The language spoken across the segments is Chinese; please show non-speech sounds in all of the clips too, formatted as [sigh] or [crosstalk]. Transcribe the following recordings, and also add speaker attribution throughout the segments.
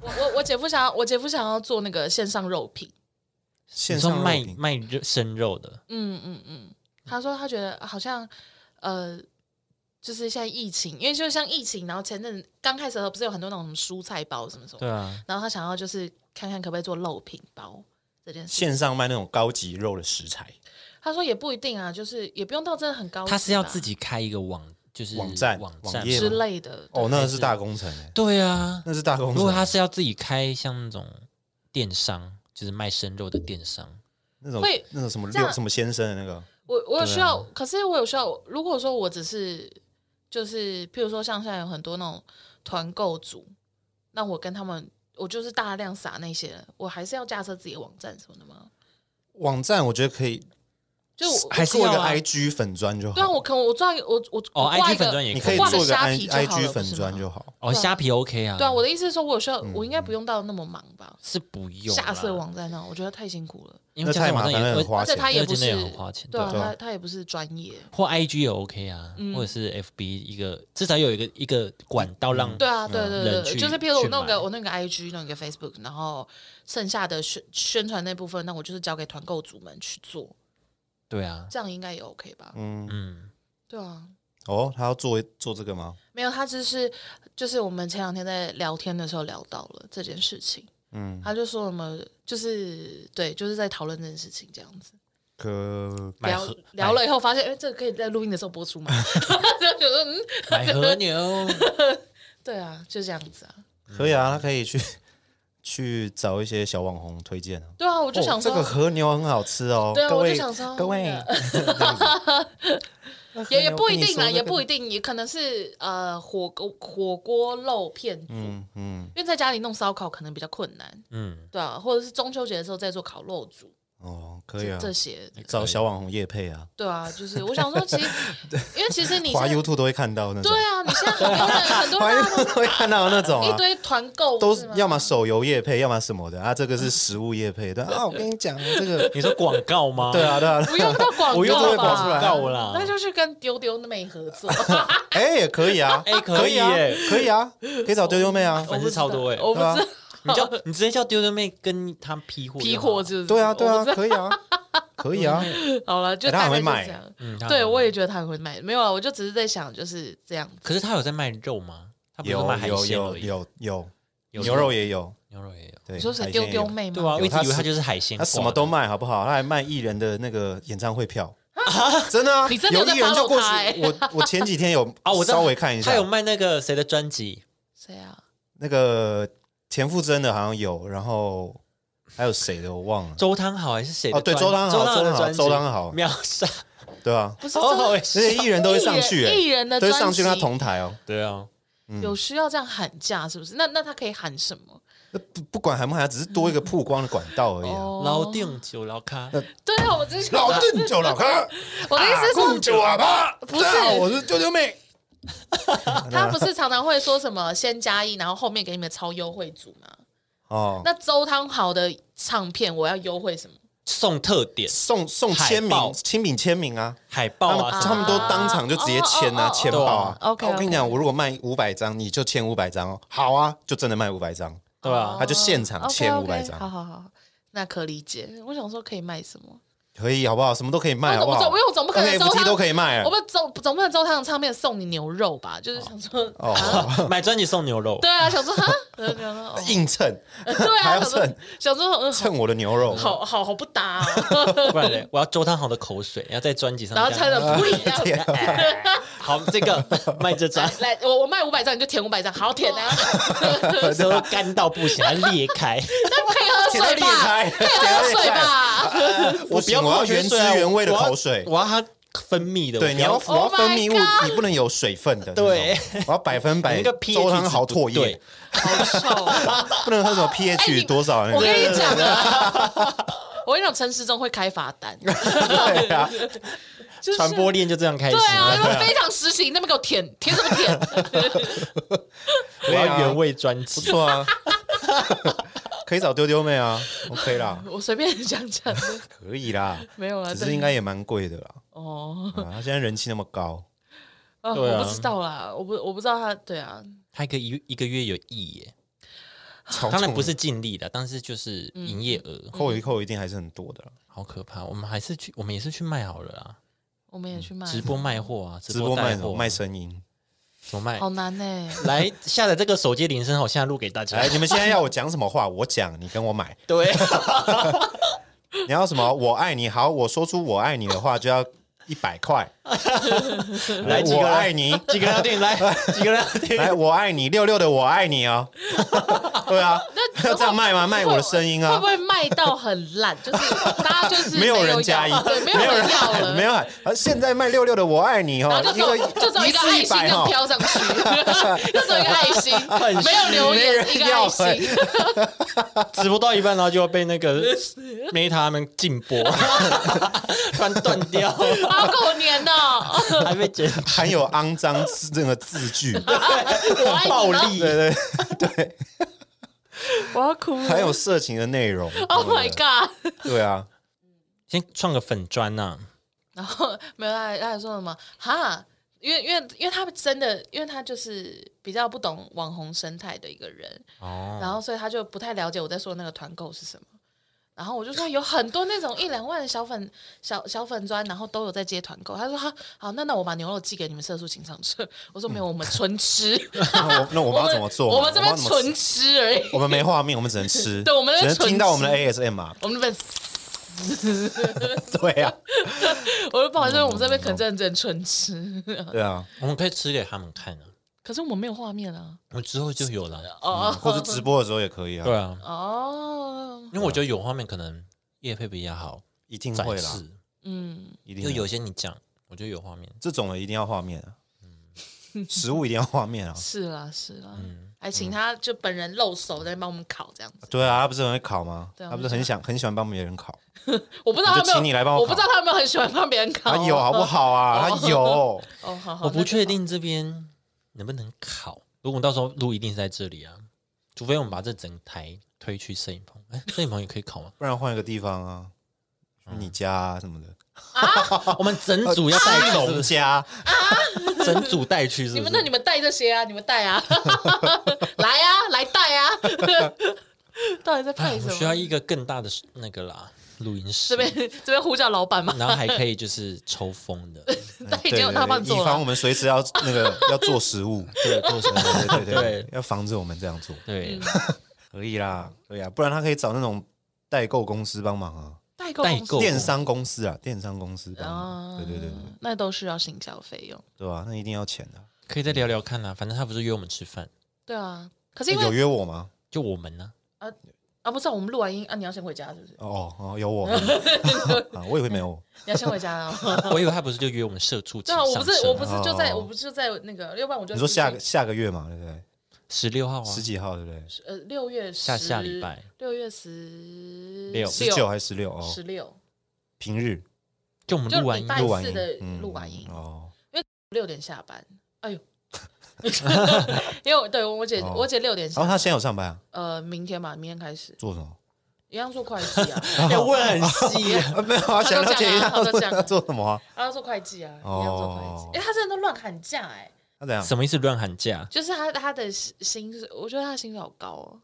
Speaker 1: 我我姐夫想要，我姐夫想要做那个线上肉品，
Speaker 2: 你
Speaker 3: 线
Speaker 2: 说
Speaker 3: 上肉
Speaker 2: 卖
Speaker 3: 品
Speaker 2: 卖肉生肉的，
Speaker 1: 嗯嗯嗯，他说他觉得好像呃，就是现在疫情，因为就像疫情，然后前阵刚开始的时候不是有很多那种什么蔬菜包什么什么，
Speaker 2: 对啊，
Speaker 1: 然后他想要就是看看可不可以做肉品包这件事。
Speaker 3: 线上卖那种高级肉的食材
Speaker 1: 他说也不一定啊，就是也不用到真的很高级吧，
Speaker 2: 他是要自己开一个网，就是
Speaker 3: 网站
Speaker 2: 网
Speaker 3: 网
Speaker 2: 站
Speaker 3: 页
Speaker 1: 之
Speaker 3: 吗
Speaker 1: 类的。
Speaker 3: 哦，
Speaker 1: 对
Speaker 3: 那个是大工程欸，
Speaker 2: 对啊，
Speaker 3: 那是大工程。欸
Speaker 2: 如果他是要自己开像那种电商，就是卖生肉的电商，
Speaker 3: 那种
Speaker 1: 会
Speaker 3: 那种什么
Speaker 1: 这样
Speaker 3: 六什么先生的那个，
Speaker 1: 我我有需
Speaker 3: 啊
Speaker 1: 要，可是我有需要。如果说我只是就是，譬如说像现在有很多那种团购组，那我跟他们，我就是大量撒那些人，我还是要架设自己的网站什么的吗？
Speaker 3: 网站我觉得可以，
Speaker 1: 就我
Speaker 2: 还是
Speaker 3: 做一
Speaker 2: 要
Speaker 3: 个
Speaker 2: 啊
Speaker 3: IG 粉砖就好。
Speaker 1: 对啊，我可能我抓一个我我
Speaker 2: 哦
Speaker 1: 我挂一个
Speaker 2: ，IG 粉砖也
Speaker 3: 你
Speaker 2: 可
Speaker 3: 可以
Speaker 2: 以
Speaker 1: 我挂个
Speaker 3: 做一个
Speaker 1: 虾
Speaker 3: I
Speaker 1: 皮就好了
Speaker 3: IG 粉
Speaker 1: 不是吗
Speaker 3: 砖就好。嗯
Speaker 2: 哦，虾皮 OK 啊，
Speaker 1: 对啊，我的意思是说，我有需要，我应该不用到那么忙吧？
Speaker 2: 是不用
Speaker 1: 架设
Speaker 2: 啦，
Speaker 1: 网站那，我觉得太辛苦了。
Speaker 2: 因
Speaker 3: 那
Speaker 2: 为架设
Speaker 3: 太麻
Speaker 2: 网站
Speaker 3: 烦
Speaker 2: 也
Speaker 3: 了很花
Speaker 1: 而且
Speaker 3: 钱
Speaker 1: 他也
Speaker 2: 那
Speaker 1: 不
Speaker 2: 真的
Speaker 1: 是
Speaker 2: 也很花钱
Speaker 1: 对啊，
Speaker 3: 对啊
Speaker 1: 他他也不是专业，
Speaker 2: 或 IG 也 OK 啊，
Speaker 1: 嗯
Speaker 2: 或者是 FB 一个至少有一个一个管道让
Speaker 1: 对啊，对对对
Speaker 2: 人
Speaker 1: 对，
Speaker 2: 去
Speaker 1: 就是譬如我弄
Speaker 2: 去买
Speaker 1: 个我弄个 IG，弄个 Facebook，然后剩下的宣宣传那部分，那我就是交给团购组们去做，
Speaker 2: 对啊，
Speaker 1: 这样应该也 OK 吧？
Speaker 3: 嗯，
Speaker 2: 嗯，
Speaker 1: 对啊，
Speaker 3: 哦，他要做做这个吗？
Speaker 1: 没有，他只是就是我们前两天在聊天的时候聊到了这件事情，
Speaker 3: 嗯，
Speaker 1: 他就说我们就是对，就是在讨论这件事情这样子。
Speaker 3: 可
Speaker 2: 买
Speaker 1: 聊
Speaker 2: 和
Speaker 1: 聊了以后发现，哎、这个可以在录音的时候播出嘛？就觉得嗯，
Speaker 2: 买买
Speaker 1: [laughs]
Speaker 2: 和牛，
Speaker 1: 对啊，就这样子啊。
Speaker 3: 可以啊，他可以去 [laughs] 去找一些小网红推荐啊。
Speaker 1: 对啊，我就
Speaker 3: 哦
Speaker 1: 想
Speaker 3: 这
Speaker 1: 说，
Speaker 3: 个和牛很好吃哦，
Speaker 1: 对啊
Speaker 3: 各
Speaker 1: 我就
Speaker 3: 位
Speaker 1: 想说
Speaker 3: 各位， [laughs]
Speaker 1: [laughs] 也也不一定啊啦，也不一
Speaker 3: 定。
Speaker 1: 定，也可能是呃火锅火锅肉片组，
Speaker 3: 嗯嗯，
Speaker 1: 因为在家里弄烧烤可能比较困难，
Speaker 2: 嗯，
Speaker 1: 对啊，或者是中秋节的时候再做烤肉煮，
Speaker 3: 哦，可以
Speaker 1: 这
Speaker 3: 啊，
Speaker 1: 这些的，
Speaker 3: 找小网红叶配啊，
Speaker 1: 对啊，就是我想说，其
Speaker 3: [laughs]
Speaker 1: 实因为其实你
Speaker 3: 滑
Speaker 1: 现在
Speaker 3: YouTube 都会看到那种
Speaker 1: 对，
Speaker 3: [laughs]
Speaker 1: 啊，你现在很多人很多
Speaker 3: 滑
Speaker 1: 人大
Speaker 3: YouTube 都会看到那种
Speaker 1: 家 [laughs] 一
Speaker 3: 啊。
Speaker 1: 堆团购
Speaker 3: 都
Speaker 1: 是吗
Speaker 3: 要么手游叶配，要么什么的啊，这个是食物叶配，对 [laughs] 啊，我跟你讲，这个
Speaker 2: 你说广告吗？
Speaker 3: [laughs] 对啊对啊，
Speaker 1: 不用到广
Speaker 2: 我又
Speaker 1: 告
Speaker 2: 不会
Speaker 1: 吧？
Speaker 2: 跑出来啦
Speaker 1: 那就去跟丢丢妹合
Speaker 3: [laughs]
Speaker 1: 作。
Speaker 3: 哎也可以啊，
Speaker 2: 哎
Speaker 3: 可
Speaker 2: 可以
Speaker 3: 以啊
Speaker 2: 耶，
Speaker 3: 可以啊，可以找丢丢妹 [laughs] 啊，
Speaker 2: 粉丝超多哎，
Speaker 1: 我不
Speaker 3: 对啊
Speaker 1: 知道
Speaker 2: 你叫
Speaker 1: [laughs]
Speaker 2: 你直接叫丢丢妹跟他批货就好，
Speaker 1: 批货就是
Speaker 3: 对啊
Speaker 1: [laughs]
Speaker 3: 对
Speaker 1: 我
Speaker 3: 啊，
Speaker 1: 不知
Speaker 3: 可以啊，可以啊， [laughs]
Speaker 1: 道好了，就
Speaker 3: 哎他
Speaker 1: 大概
Speaker 3: 很会
Speaker 1: 就
Speaker 3: 卖
Speaker 1: 这样。
Speaker 2: 嗯，他
Speaker 1: 对，我也觉得他很会卖。没有啊，我就只是在想，就是这样。
Speaker 2: 可是他有在卖肉吗？他不是
Speaker 3: 有
Speaker 2: 卖海
Speaker 3: 有
Speaker 2: 鲜
Speaker 3: 有
Speaker 2: 而已，
Speaker 3: 有有
Speaker 2: 有
Speaker 3: 牛肉也有，
Speaker 2: 牛肉也有，
Speaker 3: 对，
Speaker 1: 你说
Speaker 3: 海
Speaker 1: 谁
Speaker 3: 鲜
Speaker 1: 丢
Speaker 3: 也
Speaker 1: 丢
Speaker 3: 有
Speaker 1: 妹吗？
Speaker 2: 对啊，我一直
Speaker 3: 他
Speaker 2: 以为他
Speaker 3: 是
Speaker 2: 就是海鲜
Speaker 3: 他
Speaker 2: 挂的，
Speaker 3: 什么都卖，好不好？他还卖艺人的那个演唱会票， [laughs] 真的啊！
Speaker 1: 你真的
Speaker 3: 有
Speaker 1: 有在
Speaker 3: 艺人就
Speaker 1: follow
Speaker 3: 过去
Speaker 1: 他欸， [laughs]
Speaker 3: 我我前几天有
Speaker 2: 啊，我知道
Speaker 3: 稍微看一下
Speaker 2: 他有，卖那个谁的专辑，
Speaker 1: 谁啊？
Speaker 3: 那个田馥甄的好像有，然后还有谁的我忘了，
Speaker 2: 周汤好还是谁的
Speaker 3: 哦对
Speaker 2: 专
Speaker 3: 周汤好
Speaker 2: 周汤的专辑
Speaker 3: 周汤好
Speaker 2: 秒杀，
Speaker 3: 对啊，
Speaker 1: 哦不是
Speaker 2: 好好
Speaker 1: 这
Speaker 3: 那些艺人都会上去，
Speaker 1: 艺
Speaker 3: 欸
Speaker 1: 人的
Speaker 3: 都
Speaker 1: 专
Speaker 3: 会
Speaker 1: 辑
Speaker 3: 上去跟他同台哦，
Speaker 2: 对啊，
Speaker 1: 有需要这样喊价是不是？那那他可以喊什么？
Speaker 3: 那不不管喊不喊，只是多一个曝光的管道而已
Speaker 1: 哦
Speaker 3: 啊。
Speaker 2: [laughs] 老定酒老咖，
Speaker 3: 呃
Speaker 1: 对啊，我之前
Speaker 3: 老邓就老哥，
Speaker 1: 我的意思是说
Speaker 3: 共酒啊吧，
Speaker 1: 不是
Speaker 3: 大家好我是舅舅妹，
Speaker 1: 他不是常常会说什么先加一，然后后面给你们超优惠组吗？
Speaker 3: 哦，
Speaker 1: 那周汤豪的唱片我要优惠什么？
Speaker 2: 送特点
Speaker 3: 送送签
Speaker 2: 海报
Speaker 3: 名，亲笔签名啊，
Speaker 2: 海
Speaker 3: 他
Speaker 2: 报
Speaker 3: 们
Speaker 2: 啊什
Speaker 3: 他
Speaker 2: 么
Speaker 3: 们
Speaker 2: 的，
Speaker 3: 都当场就直接签
Speaker 1: 哦哦
Speaker 3: 啊，
Speaker 1: 哦
Speaker 3: 签报
Speaker 1: 哦
Speaker 3: 啊。
Speaker 1: 哦，OK，
Speaker 3: 我跟你讲，我如果卖五百张，你就签五百张哦。好啊，就真的卖五百张。
Speaker 2: 对
Speaker 3: [laughs]
Speaker 2: 啊，
Speaker 3: 他就现场签
Speaker 1: 哦 OK，OK，
Speaker 3: 500张
Speaker 1: 好好好，那可理解。我想说可以卖什么？
Speaker 3: 可以好不好？什么都可以卖，啊
Speaker 1: 我
Speaker 3: 好
Speaker 1: 总不
Speaker 3: 不
Speaker 1: 总
Speaker 3: 好？
Speaker 1: 因为我总不可能
Speaker 3: NFT
Speaker 1: 周
Speaker 3: 都
Speaker 1: 汤
Speaker 3: 可以卖
Speaker 1: 我
Speaker 3: 啊。
Speaker 1: 们总总不能周汤的唱片送你牛肉吧？就是想说，
Speaker 3: 哦，
Speaker 2: 买专辑送牛肉，
Speaker 1: 对啊，想说哈， [laughs] 然后想说哦
Speaker 3: 硬蹭
Speaker 1: 对
Speaker 3: 还
Speaker 1: 啊，
Speaker 3: 要
Speaker 1: 想说
Speaker 3: 蹭
Speaker 1: 想说嗯，
Speaker 3: 蹭我的牛肉， [laughs]
Speaker 1: 好好好不搭哦，
Speaker 2: 不然嘞，我要周汤好的口水，要在专辑上
Speaker 1: 然后
Speaker 2: 这
Speaker 1: 穿
Speaker 2: 样
Speaker 1: 的不一样。
Speaker 2: 好这个 [laughs] 卖这张
Speaker 1: [laughs] 来，来，我我卖五百张，你就填五百张，好填啊！ [laughs]
Speaker 2: 都干到不行，还裂开，
Speaker 1: 可以喝
Speaker 3: 舔到
Speaker 1: 水
Speaker 3: 裂
Speaker 1: 吧？
Speaker 3: 开，
Speaker 1: 可以
Speaker 3: 舔到啊
Speaker 1: 喝
Speaker 3: 裂
Speaker 1: 水
Speaker 3: 开。
Speaker 1: 吧？
Speaker 3: 我
Speaker 2: 不
Speaker 3: 不要
Speaker 2: 要
Speaker 3: 我要
Speaker 2: 矿泉
Speaker 3: 原汁
Speaker 2: 水啊
Speaker 3: 原味的
Speaker 2: 我要
Speaker 3: 口水。
Speaker 2: 我要它分泌的，我
Speaker 3: 对，
Speaker 2: 不
Speaker 3: 你要我要
Speaker 1: Oh my
Speaker 3: 分泌物，
Speaker 1: God
Speaker 3: 你不能有水分的。
Speaker 2: 对
Speaker 3: 那种，我要百分百
Speaker 2: 你那个 pH
Speaker 3: 周汤豪唾
Speaker 2: 值
Speaker 3: 液，
Speaker 1: 好臭！
Speaker 3: 不能喝什么
Speaker 1: 哎你
Speaker 3: pH 多少啊那
Speaker 1: 我跟
Speaker 3: 个。
Speaker 1: 你讲
Speaker 3: [laughs]
Speaker 1: 啊，我跟你讲，陈时中会开罚单，
Speaker 3: 对啊，
Speaker 1: 就是
Speaker 2: 传播链就这样开始
Speaker 1: 对啊，
Speaker 2: 了，
Speaker 1: 因
Speaker 2: [laughs]
Speaker 1: 为非常实行，那边给我舔舔什么舔？
Speaker 2: 我
Speaker 3: 对啊
Speaker 2: 要原味专
Speaker 3: 不
Speaker 2: 辑，
Speaker 3: 错啊， [laughs] 可以找丢丢妹啊，OK 啦，
Speaker 1: [laughs] 我随便讲讲的，
Speaker 3: 可以啦，
Speaker 1: 没有啦，
Speaker 2: 啊
Speaker 3: 只是
Speaker 1: 对
Speaker 3: 应该也蛮贵的
Speaker 2: [laughs]
Speaker 3: 啦。
Speaker 1: 哦，
Speaker 3: 啊，他现在人气那么高，
Speaker 1: 啊
Speaker 2: 对啊
Speaker 1: 我不知道啦，我不我不知道他，对啊，
Speaker 2: 他一个一一个月有亿耶，
Speaker 3: 超
Speaker 2: 当然
Speaker 3: 重的
Speaker 2: 不是净利的，但是就是营业额、
Speaker 1: 嗯
Speaker 3: 扣一扣一定还是很多的啦。
Speaker 2: 好可怕。我们还是去，我们也是去卖好了啦，
Speaker 1: 我们也去卖
Speaker 2: 直播卖货
Speaker 3: [laughs]
Speaker 2: 啊，
Speaker 3: 直
Speaker 2: 播
Speaker 3: 播卖
Speaker 2: 带
Speaker 3: 什
Speaker 2: 货
Speaker 3: 么？
Speaker 2: 啊、
Speaker 3: 卖声音。
Speaker 2: 什么卖
Speaker 1: 好？难呢、
Speaker 2: 来下载这个手机铃声，我现在录给大家
Speaker 3: 来，。哎你们现在要我讲什么话？我讲，你跟我买。
Speaker 2: 对，
Speaker 3: 啊你要什么？我爱你。好，我说出我爱你的话就要一百
Speaker 2: [laughs]
Speaker 3: 块。
Speaker 2: 来几个
Speaker 3: 我
Speaker 2: 人
Speaker 3: 爱你，
Speaker 2: [laughs] 几个人要
Speaker 3: [laughs]
Speaker 2: 听？来，几个人要听？
Speaker 3: 来，我爱你，六六的我爱你哦。 [laughs] 对啊， [laughs]
Speaker 1: 那
Speaker 3: 要这样卖吗？卖我的声音
Speaker 1: 会
Speaker 3: 啊
Speaker 1: 不！会卖到很烂？就是大家就是
Speaker 3: 没
Speaker 1: 有
Speaker 3: 人加一
Speaker 1: 要，对，没
Speaker 3: 没有
Speaker 1: 人
Speaker 3: 人
Speaker 1: 要
Speaker 3: 喊
Speaker 1: 了，
Speaker 3: [laughs] 没有喊。呃现在卖六六的我爱你哦
Speaker 1: 然后，
Speaker 3: 一
Speaker 1: 就
Speaker 3: 个
Speaker 1: 走，就走一个
Speaker 3: 次
Speaker 1: 爱
Speaker 3: 一
Speaker 1: 心
Speaker 3: 百
Speaker 1: 就
Speaker 3: 哦。
Speaker 1: 飘上去， [laughs] 就走一个爱
Speaker 3: [laughs]
Speaker 1: 心，没有留
Speaker 3: 没人
Speaker 1: 言，一个
Speaker 3: 要
Speaker 1: 爱心，
Speaker 2: 直播到一半，然后就要被那
Speaker 1: [laughs]
Speaker 2: 个 Meta 他们禁播，突然断掉，
Speaker 1: 好狗年哦！
Speaker 3: [laughs]
Speaker 1: [laughs]
Speaker 2: 还被剪。
Speaker 3: 含有肮脏字这个字句，
Speaker 1: 我爱
Speaker 2: [laughs] 暴
Speaker 1: 你呢，
Speaker 2: 力
Speaker 3: 对对，对
Speaker 1: 我要哭
Speaker 3: 含有色情的内容。
Speaker 1: [laughs] ！Oh my
Speaker 3: 对
Speaker 1: god！
Speaker 3: 对啊，
Speaker 2: 先创个粉砖啊呐、
Speaker 1: 然后 [laughs] 没有他，他还说什么哈？因为因为因为他真的，因为他就是比较不懂网红生态的一个人，
Speaker 2: 哦，
Speaker 1: 然后所以他就不太了解我在说的那个团购是什么。然后我就说有很多那种一两万的小粉小小粉砖，然后都有在接团购。他说哈好，那那我把牛肉寄给你们社畜情商社。我说没有，我们纯吃，
Speaker 3: 那我那嗯 [laughs]
Speaker 1: 我
Speaker 3: 我们要
Speaker 1: 们
Speaker 3: 怎么做嘛？
Speaker 1: 我们这边
Speaker 3: 要怎么
Speaker 1: 纯吃而已。
Speaker 3: 我们没画面，我们只能
Speaker 1: [laughs]
Speaker 3: 吃，
Speaker 1: 对我们在
Speaker 3: 只能
Speaker 1: 纯
Speaker 3: 听到我们的
Speaker 1: 吃 [laughs]
Speaker 3: ASMR。
Speaker 1: 我们这边，
Speaker 3: 啊对啊，
Speaker 1: 我就不好意思，我们这边可能真的只能纯吃，
Speaker 3: 对啊，
Speaker 2: 我们可以吃给他们看啊，
Speaker 1: 可是我们没有画面啊。
Speaker 2: 我之后就有了。
Speaker 1: 哦
Speaker 3: 嗯或者直播的时候也可以啊，
Speaker 2: 对啊，
Speaker 1: 哦，
Speaker 2: 因为我觉得有画面可能业配比较好
Speaker 3: 一定
Speaker 2: 展
Speaker 3: 会啦，
Speaker 2: 示，
Speaker 1: 嗯，
Speaker 3: 一定
Speaker 2: 就
Speaker 3: 会
Speaker 2: 有些你讲，我觉得有画面。
Speaker 3: 这种的一定要画面啊，
Speaker 1: 嗯 [laughs]
Speaker 3: 食物一定要画面啊，
Speaker 1: 是啦是啦，
Speaker 3: 嗯
Speaker 1: 还请他就本人露手在那边帮我们烤这样子。
Speaker 3: 对啊，他不是很会烤吗？
Speaker 1: 对啊
Speaker 3: 他不是很想很喜欢帮别人烤，
Speaker 1: 我不知道他有没
Speaker 3: 我
Speaker 1: 有，
Speaker 3: 就请你来帮我烤
Speaker 1: 我不知道他有没有很喜欢帮别人烤。
Speaker 3: 他有好不？好啊？
Speaker 1: 哦
Speaker 3: 他有，？
Speaker 1: 哦，好好，
Speaker 2: 我不
Speaker 1: 那
Speaker 2: 确定这边能不能烤，如果我到时候录一定是在这里啊，除非我们把这整台推去摄影棚，哎，摄影棚也可以烤吗
Speaker 3: 不然换一个地方啊，
Speaker 1: 嗯
Speaker 3: 你家啊什么的，
Speaker 2: [laughs] 我们整组要带
Speaker 3: 带
Speaker 2: 去，是不
Speaker 3: 龙
Speaker 2: 是？
Speaker 3: 家，
Speaker 2: [laughs] 整组带去是
Speaker 1: 你
Speaker 2: 不
Speaker 1: 们那
Speaker 2: 是
Speaker 1: 你？们带这些啊，你们带
Speaker 3: [laughs]
Speaker 1: 啊，来啊，来带啊，到底在
Speaker 2: 哎
Speaker 1: 配，什
Speaker 2: 我
Speaker 1: 么？
Speaker 2: 需要一个更大的那个啦，录音室
Speaker 1: 这，边这边呼叫老板嘛，
Speaker 2: 然后还可以就是抽风的，
Speaker 1: 但已经有
Speaker 3: 对
Speaker 1: 大
Speaker 3: 对
Speaker 1: 棒
Speaker 3: 对
Speaker 1: 做
Speaker 3: 以防我
Speaker 1: 了。
Speaker 3: 们随时要那个 [laughs] 要做食物，
Speaker 2: 对，做什么？
Speaker 3: 对对对对
Speaker 2: 对，
Speaker 3: 要防止我们这样做，
Speaker 1: 嗯
Speaker 3: [laughs]
Speaker 2: 对，
Speaker 3: 可以啦，对啊，不然他可以找那种代购公司帮忙啊。
Speaker 1: 代购
Speaker 2: 代
Speaker 1: 公司
Speaker 2: 购
Speaker 3: 电商公司啊，电商公司帮
Speaker 1: 啊
Speaker 3: 忙，对对对对，
Speaker 1: 那都是要行销费用。
Speaker 3: 对吧？那一定要钱的。
Speaker 2: 可以再聊聊看啊，反正他不是约我们吃饭，
Speaker 1: 对啊，可是因
Speaker 3: 有
Speaker 1: 为
Speaker 3: 约我吗？
Speaker 2: 就我们呢、
Speaker 1: 啊，不是啊我们录完音啊，你要先回家是不是？
Speaker 3: 哦哦，
Speaker 1: [laughs]
Speaker 3: 有我啊，我以为没有我。
Speaker 1: 你要先回家
Speaker 3: [laughs]
Speaker 1: 啊。
Speaker 2: 我以为他不是就约我们社畜
Speaker 1: 对
Speaker 2: 请
Speaker 1: 啊，我
Speaker 2: 上社
Speaker 1: 不
Speaker 2: 吗，
Speaker 1: 是，我不是就在，
Speaker 3: 哦
Speaker 1: 我不是就在那个，要不然我就
Speaker 3: 你说
Speaker 1: 直接
Speaker 3: 下个下个月嘛，对不对？
Speaker 2: 十六号啊，
Speaker 3: 十几号对不对？
Speaker 1: 呃六月
Speaker 2: 下
Speaker 1: 10
Speaker 2: 下礼拜
Speaker 1: 六月十
Speaker 2: 六
Speaker 3: 十九还是十六？哦，
Speaker 1: 十六，
Speaker 3: 平日
Speaker 2: 就我们
Speaker 1: 就
Speaker 2: 录完
Speaker 1: 礼
Speaker 2: 音
Speaker 1: 拜
Speaker 3: 录完
Speaker 1: 四
Speaker 3: 音
Speaker 1: 的，
Speaker 3: 嗯
Speaker 1: 录完音
Speaker 3: 哦，
Speaker 1: 六点下班。哎呦， [laughs] 因为我对我姐
Speaker 3: 哦
Speaker 1: 我姐六点下
Speaker 3: 然后他现在有上班啊，
Speaker 1: 呃明天吧，明天开始
Speaker 3: 做什 [laughs] 么？
Speaker 1: 一样做会计
Speaker 3: [laughs]
Speaker 1: 啊，
Speaker 3: 哎
Speaker 2: 要问很细，
Speaker 3: 啊，没有啊，
Speaker 1: 都
Speaker 3: 想了解一下
Speaker 1: 讲啊他都讲啊
Speaker 3: 他 [laughs] 做什么啊？
Speaker 1: 她要做会计啊，一样做会
Speaker 3: 哦
Speaker 1: 计。哎，她真的都乱喊价哎，
Speaker 3: 他怎样？
Speaker 2: 什么意思？乱喊价？
Speaker 1: 就是她她的薪水，我觉得她的薪水好高哦。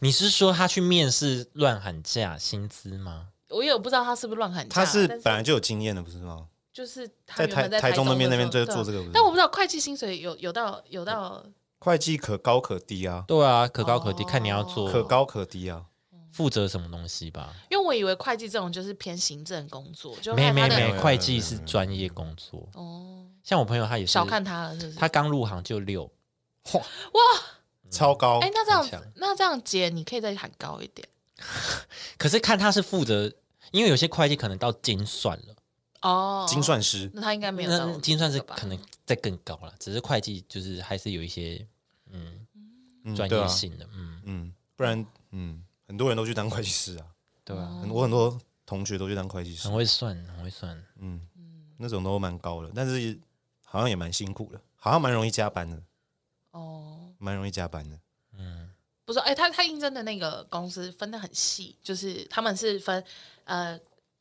Speaker 2: 你是说他去面试乱喊价薪资吗？
Speaker 1: 我也不知道她是不是乱喊价，
Speaker 3: 他是
Speaker 1: 但
Speaker 3: 本来就有经验的，不是吗？
Speaker 1: 就是她
Speaker 3: 在
Speaker 1: 原本
Speaker 3: 台台
Speaker 1: 中
Speaker 3: 中那边那边
Speaker 1: 就
Speaker 3: 就做这个不
Speaker 1: 啊
Speaker 3: 是
Speaker 1: 但我不知道会计薪水有有到有到
Speaker 3: 会计可高可低啊，
Speaker 2: 对啊，可高可低，
Speaker 1: 哦
Speaker 2: 看你要做
Speaker 3: 可高可低啊。
Speaker 2: 负责什么东西吧。
Speaker 1: 因为我以为会计这种就是偏行政工作，就
Speaker 2: 没
Speaker 1: 看
Speaker 2: 没
Speaker 1: 他的
Speaker 2: 没
Speaker 3: 没，有
Speaker 2: 会计是专业工作。
Speaker 1: 哦，
Speaker 2: 像我朋友他也是
Speaker 1: 小，看他了，是不是？
Speaker 2: 他刚入行就六，
Speaker 1: 哇，
Speaker 3: 超高
Speaker 1: 哎、，那这样
Speaker 2: 很
Speaker 1: 子
Speaker 2: 强，
Speaker 1: 那这样姐，你可以再喊高一点
Speaker 2: 可是看他是负责，因为有些会计可能到精算了，
Speaker 1: 哦。
Speaker 3: 精，算师
Speaker 1: 那他应该没有到
Speaker 2: 那精算是
Speaker 1: 这个吧
Speaker 2: 可能再更高了，只是会计就是还是有一些
Speaker 3: 嗯
Speaker 2: 专
Speaker 3: 对
Speaker 2: 业
Speaker 3: 啊
Speaker 2: 性的，嗯，
Speaker 3: 嗯，不然嗯，很多人都去当会计师啊，
Speaker 2: 对
Speaker 1: 哦
Speaker 2: 啊，
Speaker 3: 很我很多同学都去当会计师
Speaker 2: 很，会算，很会算。
Speaker 3: 嗯，那种都蛮高的，但是好像也蛮辛苦的，好像蛮容易加班的，
Speaker 1: 哦。
Speaker 3: 蛮容易加班的。
Speaker 2: 嗯
Speaker 1: 不是，哎、他他应征的那个公司分的很细，就是他们是分呃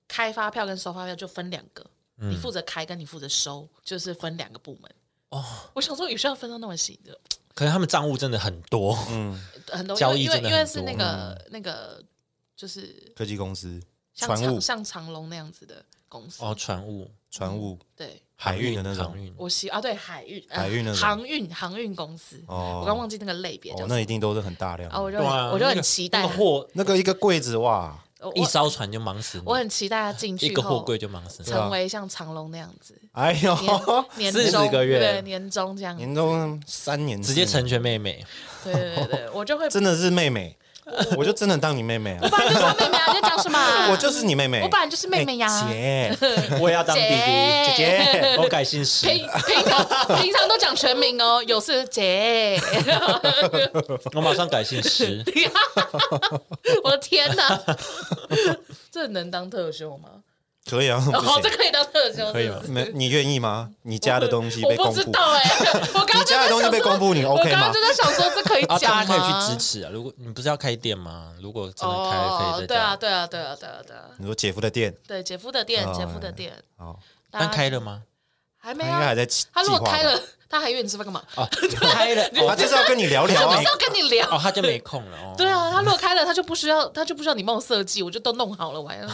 Speaker 1: 开发票跟收发票就分两个，
Speaker 2: 嗯
Speaker 1: 你负责开跟你负责收，就是分两个部门。哦，我想说，有需要分到那么细的？
Speaker 2: 可是他们账务真的很多，
Speaker 3: 嗯，
Speaker 1: 很多
Speaker 2: 交易
Speaker 1: 因为
Speaker 2: 真的
Speaker 1: 因为
Speaker 2: 很
Speaker 1: 因为是
Speaker 2: 多嗯
Speaker 1: 那个、那个就是
Speaker 3: 科技公司、
Speaker 1: 像
Speaker 3: 船
Speaker 1: 长
Speaker 3: 务、
Speaker 1: 像长隆那样子的公司。
Speaker 2: 哦，船务、
Speaker 3: 船务、
Speaker 1: 对，
Speaker 3: 海运的那
Speaker 2: 航
Speaker 3: 种。
Speaker 2: 运，
Speaker 1: 我希啊对海运、呃
Speaker 3: 海运那种
Speaker 1: 航运航运公司，
Speaker 3: 哦
Speaker 1: 我刚忘记那个类别叫
Speaker 3: 哦
Speaker 1: 什，么。
Speaker 3: 那一定都是很大量
Speaker 1: 啊，我
Speaker 3: 的。
Speaker 1: 就
Speaker 2: 对
Speaker 1: 很、
Speaker 2: 啊，
Speaker 1: 我就
Speaker 2: 那
Speaker 1: 很
Speaker 2: 个
Speaker 1: 期待
Speaker 2: 那个货
Speaker 3: 那个一个柜子哇，
Speaker 1: 我
Speaker 2: 一艘船就忙死你，
Speaker 1: 我很期待他进去
Speaker 2: 一个
Speaker 1: 后
Speaker 2: 货柜就忙死你
Speaker 3: 对。啊
Speaker 1: 成为像长隆那样
Speaker 3: [laughs]
Speaker 1: 子，
Speaker 3: 哎
Speaker 1: [laughs]
Speaker 3: 呦，
Speaker 1: 年
Speaker 2: 40
Speaker 1: 终
Speaker 3: 个月
Speaker 1: 对年终这样，
Speaker 3: 年终三年
Speaker 2: 直接
Speaker 3: 四年
Speaker 2: 成全妹妹，
Speaker 1: 对对对对，我就会
Speaker 3: 真的是妹妹，我就真的当你妹妹啊，
Speaker 1: 本来就是他妹妹啊，你在讲什么啊？
Speaker 3: [laughs] 我就是你哎妹妹，
Speaker 1: 我本来就是妹啊妹呀、
Speaker 3: 姐
Speaker 2: 我也要当弟
Speaker 1: 姐
Speaker 2: 弟，
Speaker 3: 姐，
Speaker 2: 我改姓石。
Speaker 1: [laughs] 平平常平常都讲全名哦，有事
Speaker 3: [laughs]
Speaker 1: 姐，
Speaker 2: [laughs]
Speaker 1: [laughs]
Speaker 2: 我马上改姓石，
Speaker 1: 我的天哪， [laughs] 这能当特休吗？
Speaker 3: 可以啊，不
Speaker 1: 哦，这
Speaker 3: 行，啊
Speaker 1: 可以当特休，
Speaker 2: 可以吗
Speaker 1: 是不是
Speaker 3: 没你愿意吗？你家的东西被
Speaker 1: 我
Speaker 3: 公
Speaker 1: 不知
Speaker 3: 布，
Speaker 1: 道哎、 [laughs] 我刚
Speaker 3: 你
Speaker 1: 刚就在
Speaker 3: 家的东西
Speaker 1: 想
Speaker 3: 被公
Speaker 1: 说，
Speaker 3: 布，你
Speaker 1: 我
Speaker 3: OK
Speaker 1: 刚
Speaker 3: 吗
Speaker 1: 刚就？在想说，这可以
Speaker 2: 啊，他
Speaker 1: 讲
Speaker 2: 们可以去
Speaker 1: 吗
Speaker 2: 支？持啊。如果你不是要开店吗？如果真的开，可以
Speaker 1: 哦，
Speaker 2: 再
Speaker 1: 对啊，
Speaker 2: 讲。
Speaker 1: 对啊，对啊，对啊，对啊，
Speaker 3: 你说姐夫的店，
Speaker 1: 对姐夫的店，
Speaker 3: 哦
Speaker 1: 姐夫的店，
Speaker 3: 哦，
Speaker 1: 大家
Speaker 2: 但开了吗？
Speaker 1: 还
Speaker 3: 他
Speaker 1: 没
Speaker 3: 应该还
Speaker 1: 啊？
Speaker 3: 在计
Speaker 1: 他
Speaker 3: 划
Speaker 1: 如果开
Speaker 3: 吧，
Speaker 1: 了，他还约你吃饭干嘛？
Speaker 2: 哦， [laughs] 开了，
Speaker 3: 他
Speaker 2: 哦
Speaker 3: 就是要跟你聊聊
Speaker 1: 我
Speaker 3: 啊
Speaker 1: 是，要跟你
Speaker 2: 哦，
Speaker 1: 聊。
Speaker 2: 他就没空了哦。
Speaker 1: 对，啊，他如果开了，他就不需要，他就不需要你帮我设计，我就都弄好了，我还
Speaker 3: [laughs]
Speaker 1: 要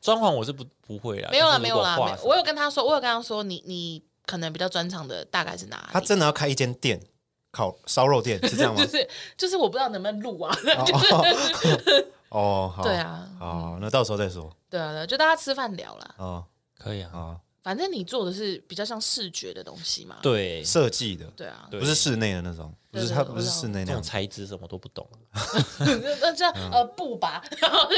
Speaker 2: 装潢我是不不会啦，
Speaker 1: 没有啦，
Speaker 2: 但
Speaker 1: 没
Speaker 2: 是
Speaker 1: 有
Speaker 2: 如果
Speaker 1: 啦，
Speaker 2: 画
Speaker 1: 没
Speaker 2: 什么
Speaker 1: 我有跟他说，我有跟他说，你你可能比较专长的大概是哪
Speaker 3: 他
Speaker 1: 里？
Speaker 3: 真的要开一间店，烤烧肉店是这样
Speaker 1: [laughs]
Speaker 3: 吗
Speaker 1: 就？是就是我不知道能不能录啊，
Speaker 3: 哦，
Speaker 1: [laughs]
Speaker 3: 好，
Speaker 1: 对，啊，
Speaker 3: 好，那到时候再说，
Speaker 1: 对啊，对啊就大家吃饭聊啦。
Speaker 3: 哦，
Speaker 2: 可以啊。
Speaker 3: 啊，
Speaker 1: 反正你做的是比较像视觉的东西嘛，
Speaker 2: 对，
Speaker 3: 设计的，
Speaker 1: 对啊，
Speaker 2: 对
Speaker 3: 不是室内的那种，不是
Speaker 1: 对对
Speaker 3: 它
Speaker 1: 对
Speaker 3: 不是
Speaker 1: 我知道
Speaker 3: 室内那
Speaker 2: 这
Speaker 3: 种，
Speaker 2: 种材质什么都不懂，啊
Speaker 1: 那这样呃布吧，然后就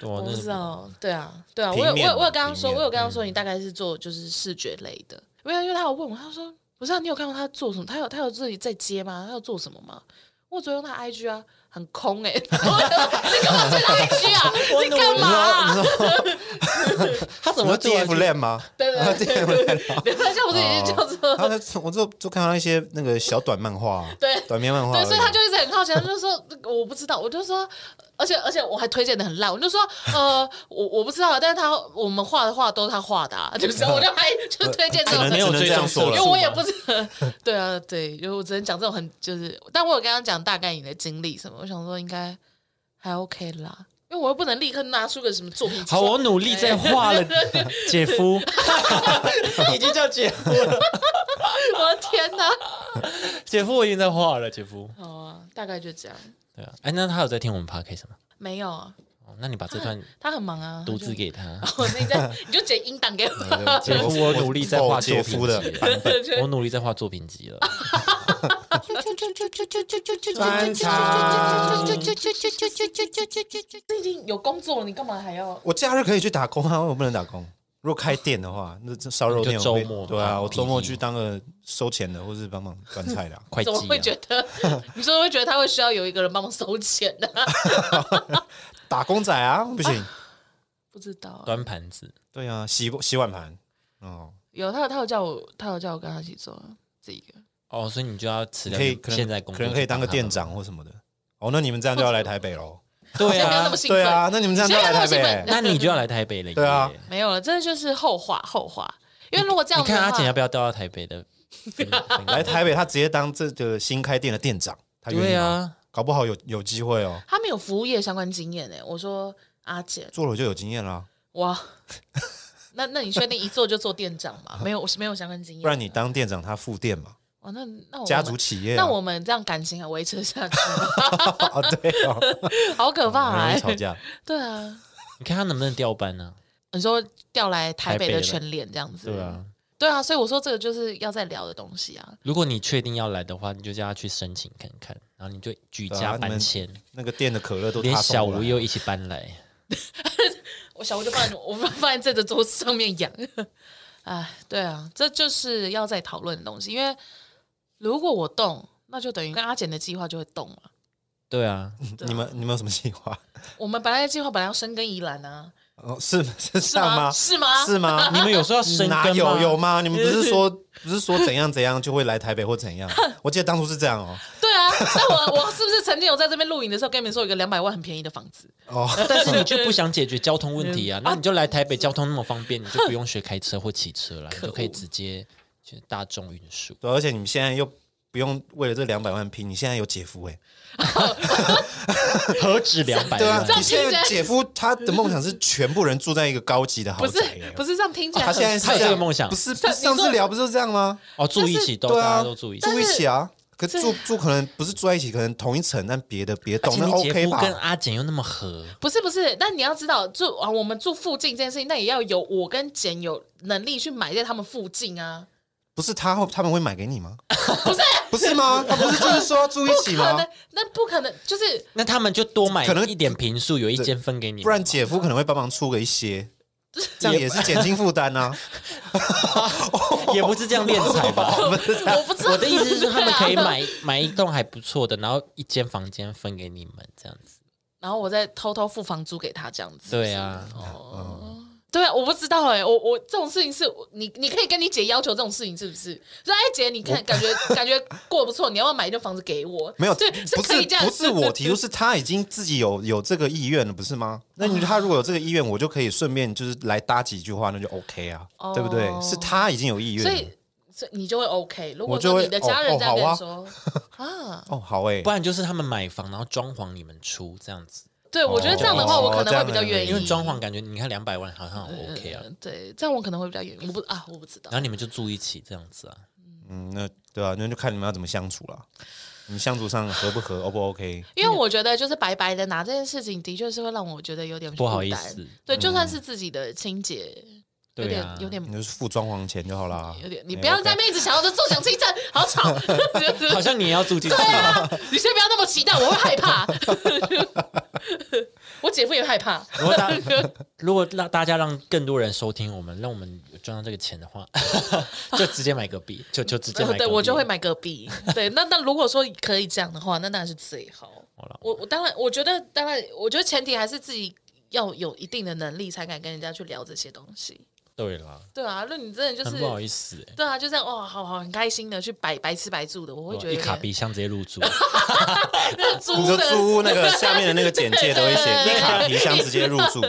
Speaker 2: 对啊
Speaker 1: 我不
Speaker 2: 那是
Speaker 1: 知道，对啊，对啊，我
Speaker 3: 平
Speaker 1: 有我
Speaker 3: 面
Speaker 1: 有我有
Speaker 3: 嘛
Speaker 1: 跟他
Speaker 3: 平
Speaker 1: 说，
Speaker 3: 面
Speaker 1: 我有跟他说，你大概是做就是视觉类的，因为因为他有问我，他说不是啊，你有看到他做什么？他有他有自己在接吗？他有做什么吗？我只用他 IG 啊，很空哎、欸，然后我就你干嘛追他 IG 啊？你干嘛、啊？
Speaker 2: 他怎
Speaker 3: 你说
Speaker 2: 么会做啊下
Speaker 3: DF
Speaker 2: 去
Speaker 3: Lab 吗？哦
Speaker 1: 对对对对对对， [laughs] 对像我自己就叫做。
Speaker 3: 他在我就就看到一些那个小短漫画啊，
Speaker 1: [laughs] 对
Speaker 3: 短篇漫画而
Speaker 1: 对，
Speaker 3: 已，
Speaker 1: 所以他就一直很好奇，他就
Speaker 2: [laughs]
Speaker 1: 说我不知道，我就说，而且而且我还推荐的很烂，我就
Speaker 2: [laughs]
Speaker 1: 说呃，我我不知道，但是他我们画的画都是他画的、
Speaker 2: [laughs]
Speaker 1: 啊，就是我就还就推荐这
Speaker 3: 只
Speaker 1: 种
Speaker 3: 能
Speaker 2: 没有
Speaker 3: 只能
Speaker 2: 追
Speaker 3: 这样
Speaker 2: 踪
Speaker 3: 说了
Speaker 2: 者
Speaker 1: 因为
Speaker 2: 数
Speaker 1: 我也
Speaker 2: 吗
Speaker 1: 不是， [laughs] 对啊，对，因为我只能讲这种很就是，但我有跟他讲大概你的经历什么，我想说应该还 OK 啦，因为我又不能立刻拿出个什么作品集
Speaker 2: 好，
Speaker 1: 说
Speaker 2: 我努力在画了，姐夫已经叫姐夫了，
Speaker 1: 我的天哪，
Speaker 2: 姐夫我已经在画了，姐夫。
Speaker 1: 好啊，大概就这样，
Speaker 2: 对啊，哎，那他有在听我们 podcast 吗？
Speaker 1: 没有啊，
Speaker 2: 哦，那你把这段
Speaker 1: 他很忙啊，
Speaker 2: 独自给他。
Speaker 1: 我那在 [laughs] 你就剪音档给我，
Speaker 2: 姐夫，我努力在画作
Speaker 3: 姐
Speaker 2: 品
Speaker 3: 夫的
Speaker 2: 集了，我努力在画作品集了。
Speaker 3: 专场
Speaker 1: 这已经有工作了，你干嘛还要？
Speaker 3: [laughs] 我假日可以去打工啊，我不能打工。如果开店的话，那这烧肉店
Speaker 2: 你就
Speaker 3: 我会
Speaker 2: 周末吧
Speaker 3: 对啊，我周末
Speaker 2: 弟弟
Speaker 3: 去当个收钱的，或是帮忙端菜的啊 [laughs]
Speaker 2: 会
Speaker 1: 怎么会
Speaker 2: 计
Speaker 1: 觉
Speaker 2: 啊，
Speaker 1: 得？你说会觉得他会需要有一个人帮忙收钱啊呢、
Speaker 3: 打工仔啊，不行。
Speaker 1: [laughs] 不知道啊、
Speaker 2: 端盘子，
Speaker 3: 对啊，洗洗碗盘哦，
Speaker 1: 有他有他有叫我，他有叫我跟他一起做自己一个。
Speaker 2: 哦，所以你就要辞
Speaker 3: 你
Speaker 2: 掉
Speaker 3: 可以
Speaker 2: 你
Speaker 3: 可能
Speaker 2: 现在工
Speaker 3: 可
Speaker 2: 作，
Speaker 3: 能可以当个店。长或什么的。哦，那你们这样就要来台北
Speaker 1: [laughs]
Speaker 3: 喽？
Speaker 2: 对
Speaker 1: 先不要那
Speaker 2: 啊
Speaker 1: 么，兴奋，
Speaker 3: 对啊，那你们这样就要来台
Speaker 1: 谁要那么兴
Speaker 3: 北
Speaker 1: 奋？
Speaker 2: 那你就要来台北了耶。
Speaker 3: 对啊
Speaker 1: 没有了，真的就是后话后话。因为如果这样
Speaker 2: 你
Speaker 1: 子的
Speaker 2: 看
Speaker 1: 话，
Speaker 2: 阿
Speaker 3: 啊
Speaker 2: 简要不要调到台
Speaker 1: [laughs]
Speaker 2: 北的？
Speaker 3: 来台北，他直接当这个新开店的店长，他愿
Speaker 2: 对
Speaker 3: 意吗？
Speaker 2: 啊，
Speaker 3: 搞不好有有机会哦，
Speaker 1: 他没有服务业相关经验呢、我说阿简，
Speaker 3: 做了就有经验啦。
Speaker 1: 哇， [laughs] 那那你确定一做就做店长吗？没有，我是没有相关经验的。
Speaker 3: 不然你当店长，他副店嘛，
Speaker 1: 哇，那那我们
Speaker 3: 家族企业啊。
Speaker 1: 那我们这样感情还维持得下去吗？
Speaker 3: [laughs] 哦，对
Speaker 1: [laughs]
Speaker 3: 哦，
Speaker 1: 好可怕、
Speaker 3: 很容
Speaker 1: 啊！
Speaker 3: 哦易吵架。
Speaker 1: 对啊，
Speaker 2: 你看他能不能调班呢？
Speaker 1: 你说调来台北
Speaker 2: 台
Speaker 1: 的
Speaker 2: 北的
Speaker 1: 全脸这样子，
Speaker 2: 对啊，，
Speaker 1: 对啊，所以我说这个就是要再聊的东西啊。
Speaker 2: 如果你确定要来的话，你就叫他去申请看看，然后你就举
Speaker 3: 对啊
Speaker 2: 家
Speaker 3: 你们
Speaker 2: 搬迁，
Speaker 3: 那个店的可乐都
Speaker 2: 连
Speaker 3: 他
Speaker 2: 小
Speaker 3: 送过
Speaker 2: 吴
Speaker 3: 来啊
Speaker 2: 又一起搬来。
Speaker 1: 我小吴就放在我放在这个桌子上面养。 [laughs] 哎，对啊，这就是要再讨论的东西，因为如果我动，那就等于跟阿简的计划就会动了。
Speaker 3: [laughs]
Speaker 2: 对啊，
Speaker 1: 对啊
Speaker 3: 你们你们有什么计划？ [laughs]
Speaker 1: 我们本来的计划本来要深耕宜兰啊，
Speaker 3: 哦，是是这
Speaker 1: 是
Speaker 3: 样吗？
Speaker 1: [laughs] 是啊吗？
Speaker 3: 是吗？
Speaker 2: 你们有时候要
Speaker 3: 你
Speaker 2: [laughs] 深
Speaker 3: 哪
Speaker 2: 耕
Speaker 3: 有
Speaker 2: 吗
Speaker 3: 有吗？你们不是说不是说怎样怎样就会来台北或怎样？ [laughs] 我记得当初是这样哦。
Speaker 1: [laughs] 对啊，但我我是不是曾经有在这边录影的时候跟你们说有一个两百万很便宜的房子？
Speaker 3: 哦，
Speaker 2: [laughs] 但是你就不想解决交通问题啊？那你就来台北，交通那么方便，你就不用学开车或骑车了，你就可以直接去大众运输。
Speaker 3: 对，而且你们现在又不用为了这两百万拼，你现在有姐夫哎、
Speaker 2: 何止两百
Speaker 3: 对啊
Speaker 2: 万？，
Speaker 1: 这样
Speaker 3: 你
Speaker 1: 听起来
Speaker 3: 现在姐夫他的梦想是全部人住在一个高级的豪
Speaker 1: 不
Speaker 3: 宅、欸
Speaker 1: 是，不是这样听起来
Speaker 3: 他
Speaker 1: 很，
Speaker 3: 现在是
Speaker 2: 啊他有这
Speaker 3: 样
Speaker 2: 个梦想
Speaker 3: 不是
Speaker 1: 上
Speaker 3: 上
Speaker 1: 你说
Speaker 3: 次聊不是这样吗？
Speaker 2: 哦，住一起都
Speaker 3: 对
Speaker 2: 大
Speaker 3: 啊，
Speaker 2: 家都住一起。
Speaker 3: 住一起啊。可
Speaker 1: 但是
Speaker 3: 住住可能不是住在一起，可能同一层，但别的别
Speaker 2: 而
Speaker 3: 栋
Speaker 2: 且
Speaker 3: 那
Speaker 2: 你姐
Speaker 3: OK
Speaker 2: 夫
Speaker 3: 吧？
Speaker 2: 跟阿简又那么合，
Speaker 1: 不是不是，但你要知道住啊，我们住附近这件事情，那也要有我跟简有能力去买在他们附近
Speaker 3: [laughs]
Speaker 1: 啊，
Speaker 3: 不是他他们会买给你吗？
Speaker 1: 不是
Speaker 3: 不是
Speaker 2: [laughs]
Speaker 3: 吗？他不是就是说住一
Speaker 1: 不
Speaker 3: 起
Speaker 1: 可
Speaker 3: 吗
Speaker 1: 能？，那不可能，就是
Speaker 2: 那他们就多买
Speaker 3: 可能
Speaker 2: 一点平数，有一间分给你们嘛。
Speaker 3: 不然姐夫可能会帮忙出个一些，这样也是减轻负担啊。
Speaker 2: [laughs] 也不是这样练财吧？
Speaker 1: 我不知道
Speaker 2: 我的意思是，他们可以。
Speaker 1: 对啊
Speaker 2: 买 [laughs] 买一栋还不错的，然后一间房间分给你们这样子。
Speaker 1: [laughs] 然后我再偷偷付房租给他，这样子。
Speaker 2: 对啊，
Speaker 3: 嗯
Speaker 1: 对啊，我不知道哎、我我这种事情是我你你可以跟你姐要求这种事情是不是？说哎姐，你看感觉感觉过得不错，你要不要买一间房子给我？
Speaker 3: 没有，
Speaker 1: 对，
Speaker 3: 不
Speaker 1: 可以这样，
Speaker 3: 不是我提出，是他已经自己有有这个意愿了，不是吗？那你他如果有这个意愿，我就可以顺便就是来搭几句话，那就 OK 啊，
Speaker 1: 哦
Speaker 3: 对不对？是他已经有意愿
Speaker 1: 所
Speaker 3: 了，
Speaker 1: 以所以你就会 OK。如
Speaker 3: 我
Speaker 1: 果
Speaker 3: 就
Speaker 1: 说
Speaker 3: 会
Speaker 1: 你的家人
Speaker 3: 哦
Speaker 1: 这样跟
Speaker 3: 哦
Speaker 1: 你
Speaker 3: 好
Speaker 1: 说、
Speaker 3: [laughs]
Speaker 1: 啊，
Speaker 3: 哦，好哎、
Speaker 2: 不然就是他们买房，然后装潢你们出这样子。
Speaker 1: 对我觉得这样的话，
Speaker 3: 哦
Speaker 1: 我可能会比较
Speaker 3: 这样
Speaker 1: 愿意，
Speaker 2: 因为装潢感觉你看两百万好像很 OK 啊，
Speaker 1: 嗯对，这样我可能会比较愿意。我不啊，我不知道
Speaker 2: 然。后你们就住一起这样子啊。
Speaker 3: 嗯，那对啊，那就看你们要怎么相处了。你们相处上合不合，O 不 OK？
Speaker 1: 因为我觉得就是白白的拿这件事情，的确是会让我觉得有点
Speaker 2: 不好
Speaker 1: 负
Speaker 2: 意
Speaker 1: 担
Speaker 2: 思嗯
Speaker 1: 对，就算是自己的亲姐，有
Speaker 2: 对
Speaker 1: 点
Speaker 2: 啊
Speaker 1: 有点
Speaker 3: 你就是付装潢钱就好啦。
Speaker 1: 有点，你
Speaker 3: 哎
Speaker 1: 不要
Speaker 3: ，OK
Speaker 1: 在那边一直想要就坐享其成，好吵。
Speaker 2: 好像你也要住进去
Speaker 1: 对，啊，你先不要那么期待，我会害怕。 [laughs] 我姐夫也害怕。
Speaker 2: 如果
Speaker 1: [laughs]
Speaker 2: 大如果让大家让更多人收听我们，让我们有赚到这个钱的话， [laughs] 就直接买隔壁，就就直接买隔壁。
Speaker 1: 对，我就会买隔壁。对，那那如果说可以这样的话，那当然是最好。
Speaker 2: 好了。
Speaker 1: 我我当然，我觉得当然，我觉得前提还是自己要有一定的能力，才敢跟人家去聊这些东西。
Speaker 2: 对啦，
Speaker 1: 对啊，那你真的就是
Speaker 2: 很不好意思欸，
Speaker 1: 对啊，就这样哇，好好很开心的去白白吃白住的，我会
Speaker 3: 啊
Speaker 1: 觉得
Speaker 2: 我一
Speaker 1: 有
Speaker 2: 卡
Speaker 1: 点
Speaker 2: 鼻箱直接入
Speaker 1: [laughs]
Speaker 2: 住，
Speaker 1: 那个
Speaker 3: 你
Speaker 1: 租
Speaker 3: 就
Speaker 1: 的
Speaker 3: 租屋那
Speaker 1: [laughs]
Speaker 3: 个下面的那个简介都会写
Speaker 1: 对
Speaker 3: 一卡皮箱直接入住，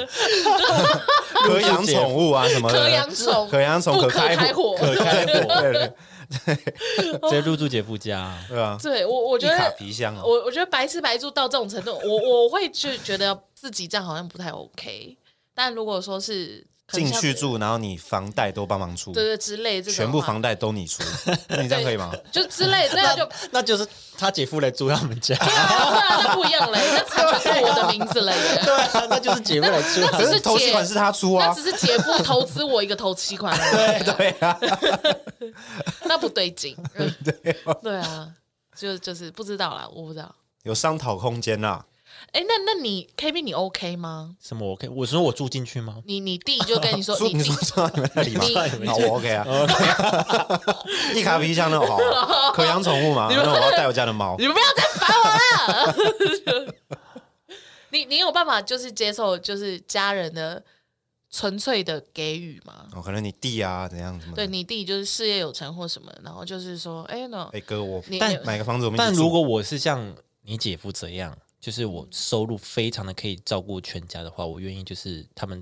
Speaker 3: 可养宠物啊什么的，
Speaker 1: 可养宠
Speaker 3: 可养宠
Speaker 1: 不可
Speaker 3: 开
Speaker 1: 开火
Speaker 3: 可开火，对对
Speaker 2: 直接入住姐夫家。
Speaker 3: 对啊，
Speaker 1: [laughs] 对我我
Speaker 3: 一
Speaker 1: 觉
Speaker 3: 卡
Speaker 1: 得
Speaker 3: 皮箱啊，
Speaker 1: 我我觉得白吃白住到这种程度，我我会就觉得自己这样好像不太 OK。但如果说是可能
Speaker 3: 进
Speaker 1: 像
Speaker 3: 去，住，然后你房贷都帮忙出，
Speaker 1: 对对之类这种
Speaker 3: 全部
Speaker 1: 话
Speaker 3: 房贷都你出， [laughs] 那你这样可以吗？
Speaker 1: 就之类，那就
Speaker 2: 那就是他姐夫来住他们
Speaker 1: [laughs]
Speaker 2: 家，
Speaker 1: 对啊，那不一样嘞，那产权是我的名字 [laughs] 了耶。
Speaker 2: 对啊，那就是姐夫来住他
Speaker 1: 只
Speaker 3: 可
Speaker 1: 是 [laughs]
Speaker 2: 们
Speaker 1: 姐
Speaker 3: 是头期款是他出
Speaker 1: 那
Speaker 3: 啊
Speaker 1: 只，是姐夫投资我一个头期款而已，
Speaker 3: [laughs] 对
Speaker 1: [laughs]
Speaker 3: 啊，
Speaker 1: 那不对劲。 [laughs] 对对啊，就就是不知道啦，我不知道。
Speaker 3: 有商讨空间啦。
Speaker 1: 哎，那那你 K B 你 OK 吗？
Speaker 2: 什么？我可以我说我住进去吗？
Speaker 1: 你你弟就跟你 [laughs] 说，
Speaker 3: 住
Speaker 1: 你
Speaker 3: 你说住到你们那里吗
Speaker 1: 你？
Speaker 3: 那我 OK 啊， [laughs] 一卡皮箱那好啊，可养宠物嘛，那我要带我家的猫
Speaker 1: 你，们不要再烦我了。 [laughs] 你你有办法就是接受就是家人的纯粹的给予吗？
Speaker 3: 哦，可能你弟啊怎样怎么的
Speaker 1: 对你弟就是事业有成或什么，然后就是说，哎、那
Speaker 3: 哎、哥，我
Speaker 1: 你
Speaker 2: 但
Speaker 3: 买个房子，我们一起
Speaker 2: 但
Speaker 3: 住
Speaker 2: 如果我是像你姐夫这样，就是我收入非常的可以照顾全家的话，我愿意就是他们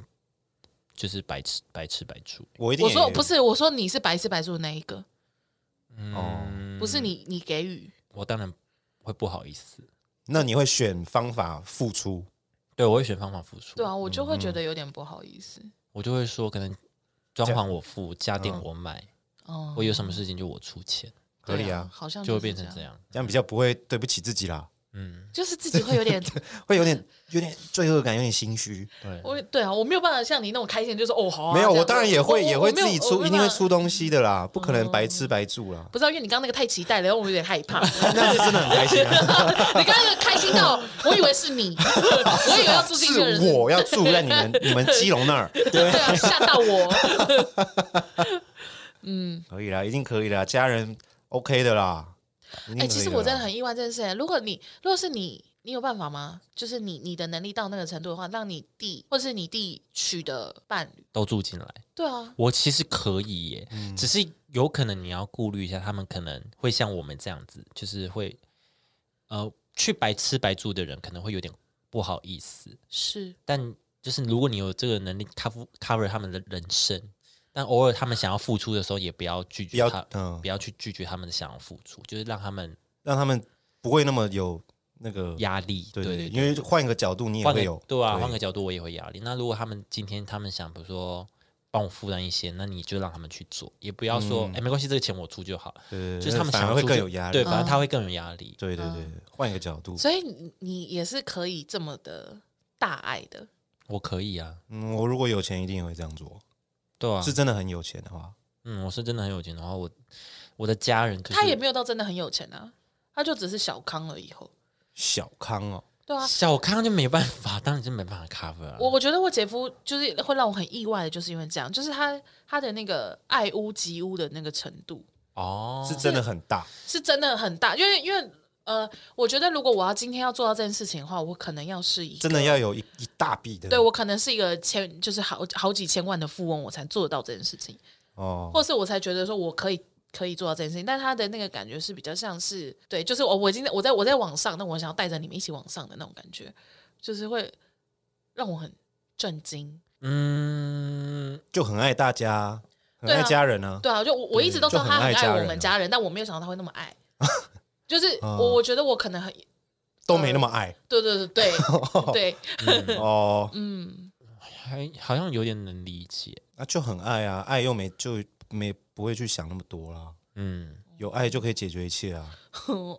Speaker 2: 就是白吃白吃白住。
Speaker 3: 我一定
Speaker 1: 我
Speaker 3: 也
Speaker 1: 说不是，我说你是白吃白住的那一个，
Speaker 2: 嗯，
Speaker 1: 不是你你给予，
Speaker 2: 我当然会不好意思，
Speaker 3: 那你会选方法付出，
Speaker 2: 对我会选方法付出。
Speaker 1: 对
Speaker 3: 嗯
Speaker 1: 啊，我就会觉得有点不好意思。
Speaker 2: 我就会说，可能装潢我付，家电我买，
Speaker 1: 哦、
Speaker 2: 我有什么事情就我出钱，
Speaker 3: 合理
Speaker 1: 对
Speaker 3: 啊，
Speaker 1: 好像
Speaker 2: 就会
Speaker 1: 是
Speaker 2: 变成
Speaker 1: 这
Speaker 2: 这，样。
Speaker 3: 这样比较不会对不起自己啦，
Speaker 2: 嗯，
Speaker 1: 就是自己会有
Speaker 3: [laughs]
Speaker 1: 点，
Speaker 3: 会有点有点罪恶感，有点心虚。
Speaker 2: 对，
Speaker 1: 我对啊，我没有办法像你那种开心，就是哦好、啊，
Speaker 3: 没有，
Speaker 1: 这样
Speaker 3: 我当然也会也会自己出，一定。
Speaker 1: 我我没有我没有
Speaker 3: 会
Speaker 1: 办法哦
Speaker 3: 出东西的啦，不可能白吃白住啦。
Speaker 1: 不知道，因为你刚刚那个太期待了，让我有点害
Speaker 3: [laughs]
Speaker 1: 怕。
Speaker 3: 那真的很开心啊！
Speaker 1: 你刚刚开心到，我以为是
Speaker 3: [laughs]
Speaker 1: 你，我以为 [laughs] 要住进去的人
Speaker 3: 是我要住在你们你们基隆那儿，
Speaker 1: 对啊，吓到我。
Speaker 3: 可以啦，一定可以啦，家人 OK 的啦。一定
Speaker 1: 哎、
Speaker 3: 可以
Speaker 1: 其实我真的
Speaker 3: 啦
Speaker 1: 很意外这件事。欸如果你如果是你，你有办法吗？就是你你的能力到那个程度的话，让你弟或是你弟娶的伴侣，
Speaker 2: 都住进来，
Speaker 1: 对啊，
Speaker 2: 我其实可以耶，
Speaker 3: 嗯
Speaker 2: 只是有可能你要顾虑一下，他们可能会像我们这样子，就是会呃去白吃白住的人，可能会有点不好意思。
Speaker 1: 是
Speaker 2: 但就是如果你有这个能力 cover cover 他们的人生，但偶尔他们想要付出的时候，也不要拒
Speaker 3: 不
Speaker 2: 绝
Speaker 3: 要
Speaker 2: 他，
Speaker 3: 嗯
Speaker 2: 不，要去拒绝他们想要付出，就是让他们
Speaker 3: 让他们不会那么有那个
Speaker 2: 压力。
Speaker 3: 对
Speaker 2: 对
Speaker 3: 对，因为换一个角度你也
Speaker 2: 换
Speaker 3: 会
Speaker 2: 个
Speaker 3: 有
Speaker 2: 对啊，换个角度我也会压力。那如果他们今天他们想，比如说帮我负担一些，那你就让他们去做，也不要
Speaker 3: 嗯
Speaker 2: 说哎、诶没关系，这个钱我出就好。
Speaker 3: 对，
Speaker 2: 就是他们
Speaker 3: 反而
Speaker 2: 想要
Speaker 3: 会
Speaker 2: 出
Speaker 3: 更
Speaker 2: 就
Speaker 3: 有压力
Speaker 2: 对，。
Speaker 1: 嗯
Speaker 2: 反正他会更有压力。
Speaker 3: 对对对，对换一个角度，
Speaker 1: 所以你你也是可以这么的大爱的，
Speaker 2: 我可以啊，
Speaker 3: 嗯，我如果有钱一定会这样做，
Speaker 2: 对啊，
Speaker 3: 是真的很有钱的话，
Speaker 2: 嗯，我是真的很有钱的话，我我的家人可是
Speaker 1: 他也没有到真的很有钱啊，他就只是小康而已吼。
Speaker 3: 小康哦，
Speaker 1: 对啊，
Speaker 2: 小康就没办法，当然就没办法 cover 啊。
Speaker 1: 我我觉得我姐夫就是会让我很意外的，就是因为这样，就是他他的那个爱屋及乌的那个程度
Speaker 2: 哦，
Speaker 3: 是真的很大，
Speaker 1: 是真的很大，因为因为呃，我觉得如果我要今天要做到这件事情的话，我可能要是一个
Speaker 3: 真的要有一一大笔的，
Speaker 1: 对我可能是一个千就是好好几千万的富翁，我才做得到这件事情，
Speaker 3: 哦，
Speaker 1: 或是我才觉得说我可以。可以做到这件事情，但他的那个感觉是比较像是对，就是我我已经在我在我在往上，那我想要带着你们一起往上的那种感觉，就是会让我很震惊。
Speaker 2: 嗯，
Speaker 3: 就很爱大家，很
Speaker 1: 对
Speaker 3: 爱
Speaker 1: 啊
Speaker 3: 家人啊，
Speaker 1: 对啊，就我我一直都知道
Speaker 3: 就很
Speaker 1: 他
Speaker 3: 爱
Speaker 1: 很
Speaker 3: 家
Speaker 1: 爱我
Speaker 3: 人
Speaker 1: 们
Speaker 3: 啊
Speaker 1: 家人，但我没有想到他会那么
Speaker 3: [laughs]
Speaker 1: 爱。就是
Speaker 3: 啊
Speaker 1: 我我觉得我可能很
Speaker 3: 都没那么爱
Speaker 1: 对对对对
Speaker 3: [laughs]
Speaker 1: 对，
Speaker 3: 哦，
Speaker 1: 嗯，
Speaker 2: 还好像有点能理解。
Speaker 3: 那就很爱啊，爱又没就没不会去想那么多啦，
Speaker 2: 嗯，
Speaker 3: 有爱就可以解决一
Speaker 1: [laughs]
Speaker 3: 切啊，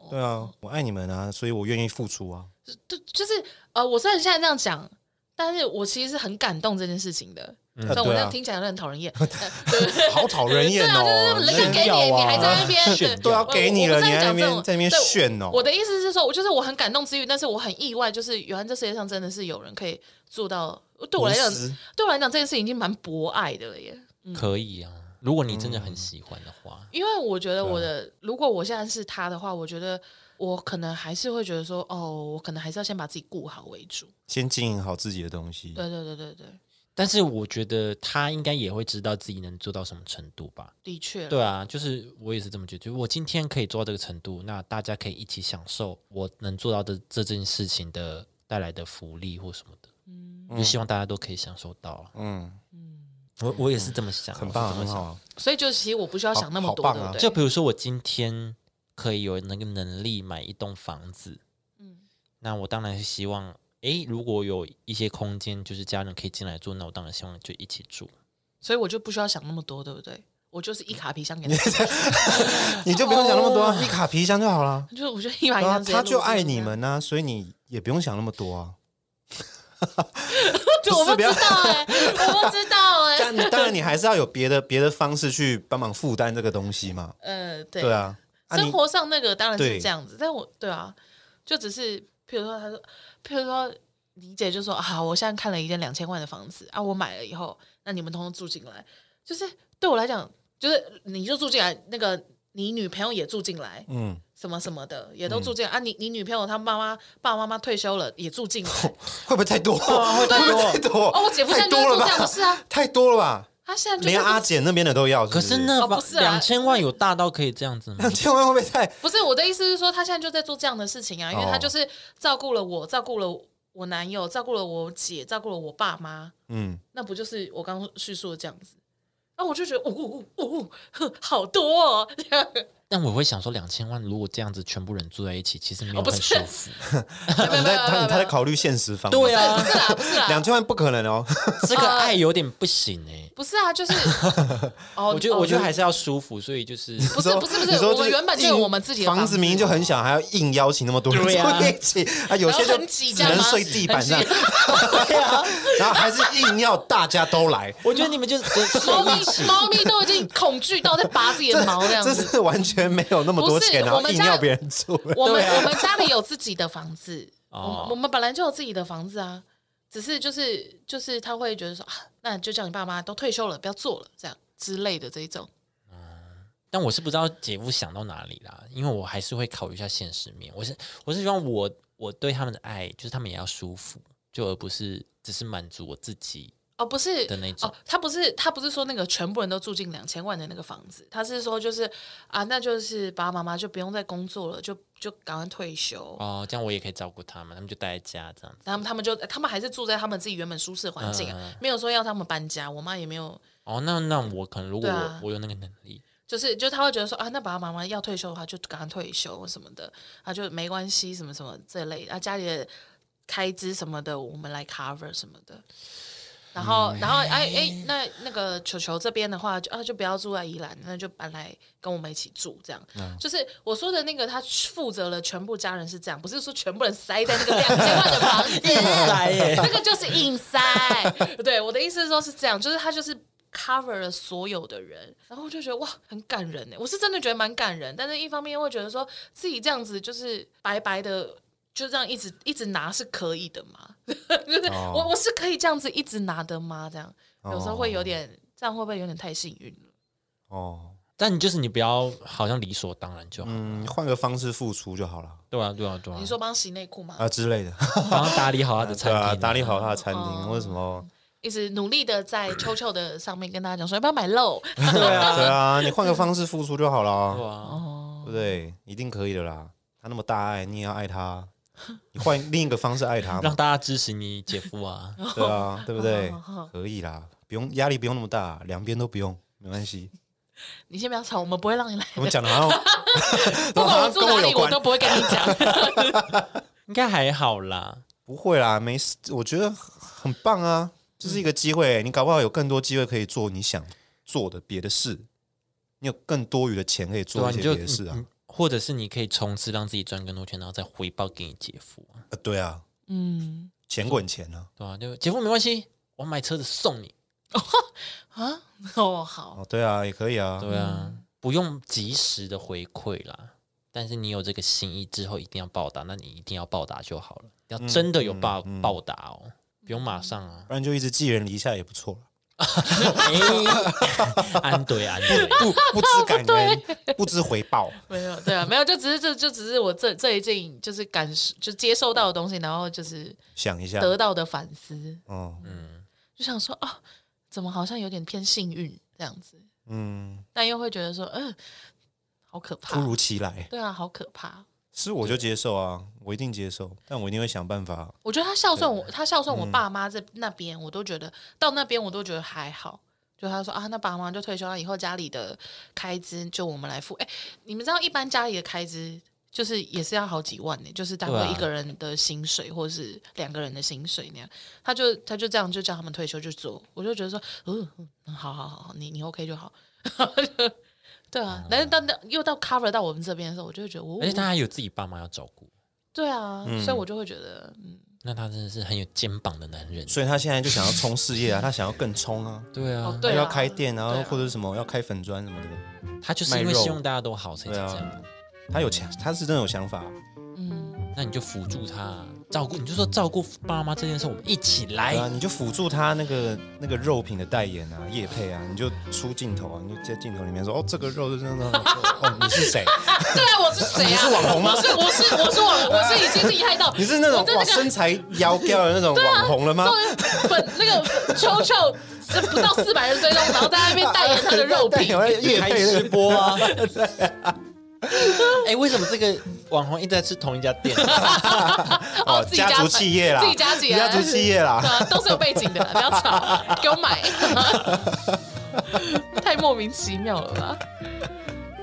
Speaker 3: 对
Speaker 1: 哦
Speaker 3: 啊，我爱你们啊，所以我愿意付出啊，
Speaker 1: 就就是呃，我虽然现在这样讲，但是我其实是很感动这件事情的。虽然我
Speaker 3: 对
Speaker 1: 这
Speaker 3: 啊
Speaker 1: 样听起来有点讨
Speaker 3: [laughs]
Speaker 1: 人厌，呃对对
Speaker 3: 好讨人厌
Speaker 1: 对啊，
Speaker 3: 哦
Speaker 1: 就，是人家给
Speaker 3: 炫
Speaker 1: 你，
Speaker 3: 耀
Speaker 1: 你
Speaker 3: 啊
Speaker 1: 还在那
Speaker 3: [laughs]
Speaker 1: 边
Speaker 2: 炫耀
Speaker 1: 对
Speaker 3: 都要
Speaker 1: 我
Speaker 3: 给你
Speaker 1: 我
Speaker 3: 了，
Speaker 1: 不
Speaker 3: 你
Speaker 1: 是
Speaker 3: 还在那
Speaker 1: 讲这
Speaker 3: 边
Speaker 1: 种
Speaker 3: 在那边
Speaker 1: 对我
Speaker 3: 炫哦，
Speaker 1: 我的意思是说，我就是我很感动之余，但是我很意外，就是原来这世界上真的是有人可以做到。对我来讲
Speaker 3: 无私，
Speaker 1: 对我来讲这件事情已经蛮博爱的了耶。
Speaker 2: 可以啊。如果你真
Speaker 3: 嗯
Speaker 2: 的很喜欢的话，
Speaker 1: 因为我觉得我的，
Speaker 3: 啊
Speaker 1: 如果我现在是他的话，我觉得我可能还是会觉得说，哦，我可能还是要先把自己顾好为主。
Speaker 3: 先经营好自己的东西，
Speaker 1: 对对对对对，
Speaker 2: 但是我觉得他应该也会知道自己能做到什么程度吧。
Speaker 1: 的确，
Speaker 2: 对啊，就是我也是这么觉得。就是我今天可以做到这个程度，那大家可以一起享受我能做到的这件事情的带来的福利或什么的。嗯，就希望大家都可以享受到啊。嗯
Speaker 3: 嗯，
Speaker 2: 我我也是这么想，
Speaker 3: 很棒，
Speaker 2: 我是这
Speaker 3: 很
Speaker 2: 哦么想
Speaker 3: 好啊，
Speaker 1: 所以就其实我不需要想那么多，
Speaker 3: 好好
Speaker 1: 对
Speaker 3: 棒啊
Speaker 1: 不对？
Speaker 2: 就比如说，我今天可以有那个能力买一栋房子，
Speaker 1: 嗯
Speaker 2: 那我当然是希望，诶，如果有一些空间，就是家人可以进来住，那我当然希望就一起住。
Speaker 1: 所以我就不需要想那么多，对不对？我就是一卡皮箱给
Speaker 3: [laughs]
Speaker 1: 他，
Speaker 3: 你就不用想那么多，啊，一卡皮箱就好了。
Speaker 1: 就是我就一哦卡皮
Speaker 3: 对啊，
Speaker 1: 箱直接
Speaker 3: 他就
Speaker 1: 录进去 [laughs]
Speaker 3: 爱你，们呐、啊所以你也不用想那么多啊。
Speaker 1: 这样我
Speaker 3: 不
Speaker 1: 不
Speaker 3: 是不
Speaker 1: 知
Speaker 3: 要
Speaker 1: 道
Speaker 3: [laughs]
Speaker 1: 哎，我不知道 [laughs] 哎，
Speaker 3: 但当然，你还是要有别的别的方式去帮忙负担这个东西嘛。
Speaker 1: 呃，对
Speaker 3: 对，啊，啊
Speaker 1: 生
Speaker 3: 你
Speaker 1: 活上那个当然
Speaker 3: 对
Speaker 1: 是这样子，但我对啊，就只是譬如说，他说，譬如说，李姐就说啊，我现在看了一间两千万的房子啊，我买了以后，那你们通通住进来，就是对我来讲，就是你就住进来，那个你女朋友也住进来，
Speaker 3: 嗯，
Speaker 1: 什么什么的也都住进来、啊，你你女朋友她妈妈爸爸妈妈退休了也住
Speaker 3: [laughs]
Speaker 1: 进来，
Speaker 3: 会不会太多？会不会太多？
Speaker 1: 哦，我姐夫
Speaker 3: 太
Speaker 1: 现在就是做
Speaker 3: 多了
Speaker 1: 这样的
Speaker 3: 吧？
Speaker 1: 事啊，
Speaker 3: 太多了吧？
Speaker 1: 他现在就是
Speaker 3: 连阿简那边的都要。
Speaker 2: 可
Speaker 3: 是
Speaker 2: 是嗯
Speaker 3: 不是，
Speaker 2: 那
Speaker 1: 哦
Speaker 2: 房
Speaker 1: 不是啊
Speaker 2: 两千万有大到可以这样子吗 [laughs]
Speaker 3: 两？ [laughs] 千万会不会太？
Speaker 1: 不是我的意思是说，他现在就在做这样的事情啊，因为
Speaker 3: 哦
Speaker 1: 他就是照顾了我，照顾了我男友，照顾了我姐，照顾了我爸妈，
Speaker 3: 嗯，
Speaker 1: 那不就是我刚刚叙述的这样子？那、我就觉得，呜呜呜呜，呜哼好多哦，
Speaker 2: 但我会想说，两千万如果这样子全部人住在一起，其实没有
Speaker 1: 哦不
Speaker 2: 很
Speaker 1: 是
Speaker 2: 舒服。
Speaker 1: 没 [laughs] 有没有
Speaker 3: 你
Speaker 1: 没
Speaker 3: 在
Speaker 1: 有没
Speaker 3: 他
Speaker 1: 有
Speaker 3: 他在
Speaker 1: 没有，
Speaker 3: 考虑现实方面。
Speaker 2: 对啊
Speaker 1: 不，是啦不是
Speaker 3: 两
Speaker 1: 啦，
Speaker 3: 千万不可能哦。
Speaker 2: 这个爱有点不行哎。
Speaker 1: 不是啊，
Speaker 3: [laughs]
Speaker 1: 就是，哦，
Speaker 2: 我觉得我觉得还
Speaker 1: 是
Speaker 2: 是要舒服，所以就是 [laughs]
Speaker 1: 不是不是不
Speaker 3: 你
Speaker 1: 是，我
Speaker 3: 说就
Speaker 1: 们
Speaker 3: 是
Speaker 1: 原本就有
Speaker 3: 硬
Speaker 1: 我们自己的
Speaker 3: 房
Speaker 1: 子
Speaker 3: 子，明明就很小，还要硬邀请那么多人
Speaker 2: 对啊
Speaker 3: 住一起啊，有
Speaker 1: 然后
Speaker 3: 些就
Speaker 1: 很挤
Speaker 3: 只
Speaker 1: 这样
Speaker 3: 能
Speaker 1: 吗
Speaker 3: 睡地板
Speaker 1: 很挤
Speaker 3: 上， [laughs] 然后还是硬要大家都来。
Speaker 2: 我觉得你们就就
Speaker 1: 猫
Speaker 2: 睡
Speaker 1: 咪
Speaker 2: 一起。
Speaker 1: 猫咪都已经恐惧到在拔自己的毛这样
Speaker 3: 这
Speaker 1: 子。
Speaker 3: 是完全没有那么多
Speaker 1: 不
Speaker 3: 钱，
Speaker 1: 是
Speaker 3: 然后
Speaker 1: 我们
Speaker 3: 硬
Speaker 1: 家
Speaker 3: 要别人住。
Speaker 1: 我们、
Speaker 2: 对啊
Speaker 1: 我们家里有自己的房子，
Speaker 2: 哦
Speaker 1: 我们我们本来就有自己的房子啊，只是就是就是他会觉得说啊，那就叫你爸妈都退休了，不要做了这样之类的这一种。
Speaker 2: 但我是不知道姐夫想到哪里啦，因为我还是会考虑一下现实面。我是我是希望我我对他们的爱，就是他们也要舒服，就而不是只是满足我自己
Speaker 1: 哦，不是
Speaker 2: 的那种
Speaker 1: 哦，他不是他不是说那个全部人都住进两千万的那个房子，他是说就是啊，那就是爸爸妈妈就不用再工作了，就就赶快退休。
Speaker 2: 哦，这样我也可以照顾他们，他们就待在家这样子。
Speaker 1: 然后他们就他们还是住在他们自己原本舒适的环境啊，没有说要他们搬家。我妈也没有，
Speaker 2: 哦，那那我可能如果我、
Speaker 1: 对啊
Speaker 2: 我有那个能力，
Speaker 1: 就是就他会觉得说啊，那爸爸妈妈要退休的话，就赶快退休什么的，啊就没关系什么什么这类的，啊家里的开支什么的我们来 cover 什么的。然后，然后，哎哎，那那个球球这边的话，就啊就不要住在宜兰，那就搬来跟我们一起住，这样。就是我说的那个，他负责了全部家人是这样，不是说全部人塞在那个两千万的房子，
Speaker 2: 塞耶
Speaker 1: [laughs] 那个就是硬塞。对，我的意思是说，是这样，就是他就是 cover 了所有的人，然后我就觉得哇，很感人欸呢。我是真的觉得蛮感人，但是一方面又会觉得说自己这样子就是白白的。就这样一直一直拿是可以的吗？ [laughs] 就是
Speaker 3: 哦
Speaker 1: 我我是可以这样子一直拿的吗？这样有时候会有
Speaker 3: 哦
Speaker 1: 点，这样会不会有点太幸运了？
Speaker 3: 哦，
Speaker 2: 但你就是你不要好像理所当然就好，
Speaker 3: 嗯，换个方式付出就好了
Speaker 2: 对啊对啊对啊。
Speaker 1: 你说帮洗内裤吗？
Speaker 3: 哦啊之类的，
Speaker 2: 帮他打理好他的餐
Speaker 3: 对
Speaker 2: 厅、
Speaker 3: [laughs] 啊，打理好他的餐
Speaker 1: 哦
Speaker 3: 厅或者什么，
Speaker 1: 一直努力的在秋秋的上面跟大家讲说要不要买肉 [laughs]
Speaker 3: 对啊，对啊，你换个方式付出就好了，
Speaker 2: 对啊，
Speaker 1: 哦
Speaker 3: 对，不对？一定可以的啦。他那么大爱，你也要爱他，你换另一个方式爱他
Speaker 1: [laughs]
Speaker 2: 让
Speaker 3: 嘛，
Speaker 2: 大家支持你姐夫
Speaker 3: [laughs]
Speaker 2: 啊。
Speaker 3: 对啊，对不对
Speaker 1: 好好好？
Speaker 3: 可以啦，不用压力，不用那么大，两边都不用，没关系。
Speaker 1: 你先不要吵，我们不会让你
Speaker 3: [laughs]
Speaker 1: 来
Speaker 3: 我们讲的
Speaker 1: [laughs]
Speaker 3: 好像
Speaker 1: 不管
Speaker 3: 好
Speaker 1: 我
Speaker 3: 像
Speaker 1: 住
Speaker 3: 啊跟
Speaker 1: 哪
Speaker 3: 我
Speaker 1: 里，
Speaker 3: 有
Speaker 1: 我
Speaker 3: 关
Speaker 1: 都，不会跟你讲。 [laughs]
Speaker 2: 应该还好啦，
Speaker 3: 不会啦，没事，我觉得很棒啊，这是一个机
Speaker 1: 嗯
Speaker 3: 会，你搞不好有更多机会可以做你想做的别的事，你有更多余的钱可以
Speaker 2: 对
Speaker 3: 做
Speaker 2: 啊，
Speaker 3: 一
Speaker 2: 你
Speaker 3: 些
Speaker 2: 就
Speaker 3: 别的事啊
Speaker 1: 嗯
Speaker 2: 你，或者是你可以从此让自己赚更多钱，然后再回报给你姐夫啊，
Speaker 3: 呃对啊，
Speaker 1: 嗯
Speaker 3: 钱滚钱啊，
Speaker 2: 对啊，就姐夫没关系，我买车子送你，
Speaker 1: 啊， [laughs] 哦好，
Speaker 3: 哦，对啊，也可以啊，
Speaker 2: 对啊，不用及时的回馈啦，但是你有这个心意之后一定要报答，那你一定要报答就好了，要真的有报、
Speaker 3: 嗯嗯
Speaker 2: 报答哦，不用马上
Speaker 3: [laughs]
Speaker 2: 啊，
Speaker 3: 不然就一直寄人篱下也不错
Speaker 1: [laughs]
Speaker 3: 啦
Speaker 2: 哎， [laughs] 安对安对，
Speaker 3: 不
Speaker 1: 啊
Speaker 3: 不知
Speaker 1: [laughs]
Speaker 3: 感恩，不知回报，
Speaker 1: 没有对啊，没有，就只是这就只是我这这一件就是感受就接受到的东西，然后就是
Speaker 3: 想一下，
Speaker 1: 得嗯到的反思，
Speaker 3: 哦，
Speaker 1: 就想说啊，怎么好像有点偏幸运这样子，
Speaker 3: 嗯，
Speaker 1: 但又会觉得说，嗯、好可怕
Speaker 3: 突，如其来，
Speaker 1: 对啊，好可怕。
Speaker 3: 是我就接受啊，我一定接受，但我一定会想办法，
Speaker 1: 我觉得他孝顺我，他孝顺我爸妈这那边，我都觉得到那边我都觉得还好。就他说啊，那爸妈就退休了，以后家里的开支就我们来付。哎，你们知道一般家里的开支就是也是要好几万呢、就是大
Speaker 2: 对
Speaker 1: 概
Speaker 2: 啊
Speaker 1: 一个人的薪水或者是两个人的薪水那样。他就他就这样就叫他们退休就走，我就觉得说，嗯，嗯好好好，你你 OK 就好。 [laughs] 对啊，但是到到又到 cover 到我们这边的时候，我就会觉得，我、哦
Speaker 2: 而且他还有自己爸妈要照顾，
Speaker 1: 对啊，所以我就会觉得，嗯，
Speaker 2: 那他真的是很有肩膀的男人。
Speaker 3: 所以他现在就想要冲事业啊，他想要更冲啊，
Speaker 2: 对啊，
Speaker 1: 哦对
Speaker 3: 他
Speaker 1: 啊
Speaker 3: 要开店啊，
Speaker 1: 对啊
Speaker 3: 或者是什么要开粉砖什么的，
Speaker 2: 他就是因
Speaker 3: 卖
Speaker 2: 为
Speaker 3: 肉
Speaker 2: 希望大家都好才
Speaker 3: 对
Speaker 2: 是这样。
Speaker 3: 啊，他有想，他是真的有想法，
Speaker 2: 那你就辅助他，啊照顾，你就说照顾爸妈这件事，我们一起来
Speaker 1: 哎
Speaker 3: 对。 [laughs] 啊，你就辅助他那个那个肉品的代言啊、叶配啊，你就出镜头啊，你就在镜头里面说哦，这个肉是真
Speaker 1: [laughs]
Speaker 3: 的，哦，你是谁？
Speaker 1: 对啊，我是谁啊？
Speaker 3: 你是网红吗
Speaker 1: 我是我是我是网，我是已经厉害到
Speaker 3: [laughs] 你是那种
Speaker 1: 我的啊
Speaker 3: 哇
Speaker 1: 那
Speaker 3: 身
Speaker 1: 个
Speaker 3: 材妖娇的那种网红了吗？
Speaker 1: 粉那个秋秋这不到四百人追踪，然后在那边代言他的肉
Speaker 3: 代 [laughs]
Speaker 1: 品
Speaker 3: 言，了叶
Speaker 2: 开
Speaker 3: 配那
Speaker 2: 直
Speaker 3: 个
Speaker 2: 播啊！哎、为什么这个网红一直在吃同一家
Speaker 3: [laughs]
Speaker 2: 店？
Speaker 1: 哦，自己
Speaker 3: 家族企业啦，
Speaker 1: 自己啊家企业，
Speaker 3: 家族企业
Speaker 1: 对
Speaker 3: 啦，
Speaker 1: 啊，都是有背景的，不要
Speaker 3: [laughs]
Speaker 1: 吵，给我买， [laughs] 太莫名其妙了吧？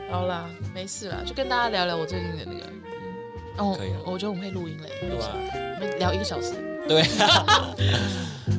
Speaker 1: 好啦，没事啦，就跟大家聊聊我最近的那个，嗯，哦
Speaker 2: 可以啊，
Speaker 3: 啊
Speaker 1: 我觉得我们可以录音嘞，
Speaker 2: 啊对吧？
Speaker 1: 我们聊一个小时。
Speaker 2: 对啊。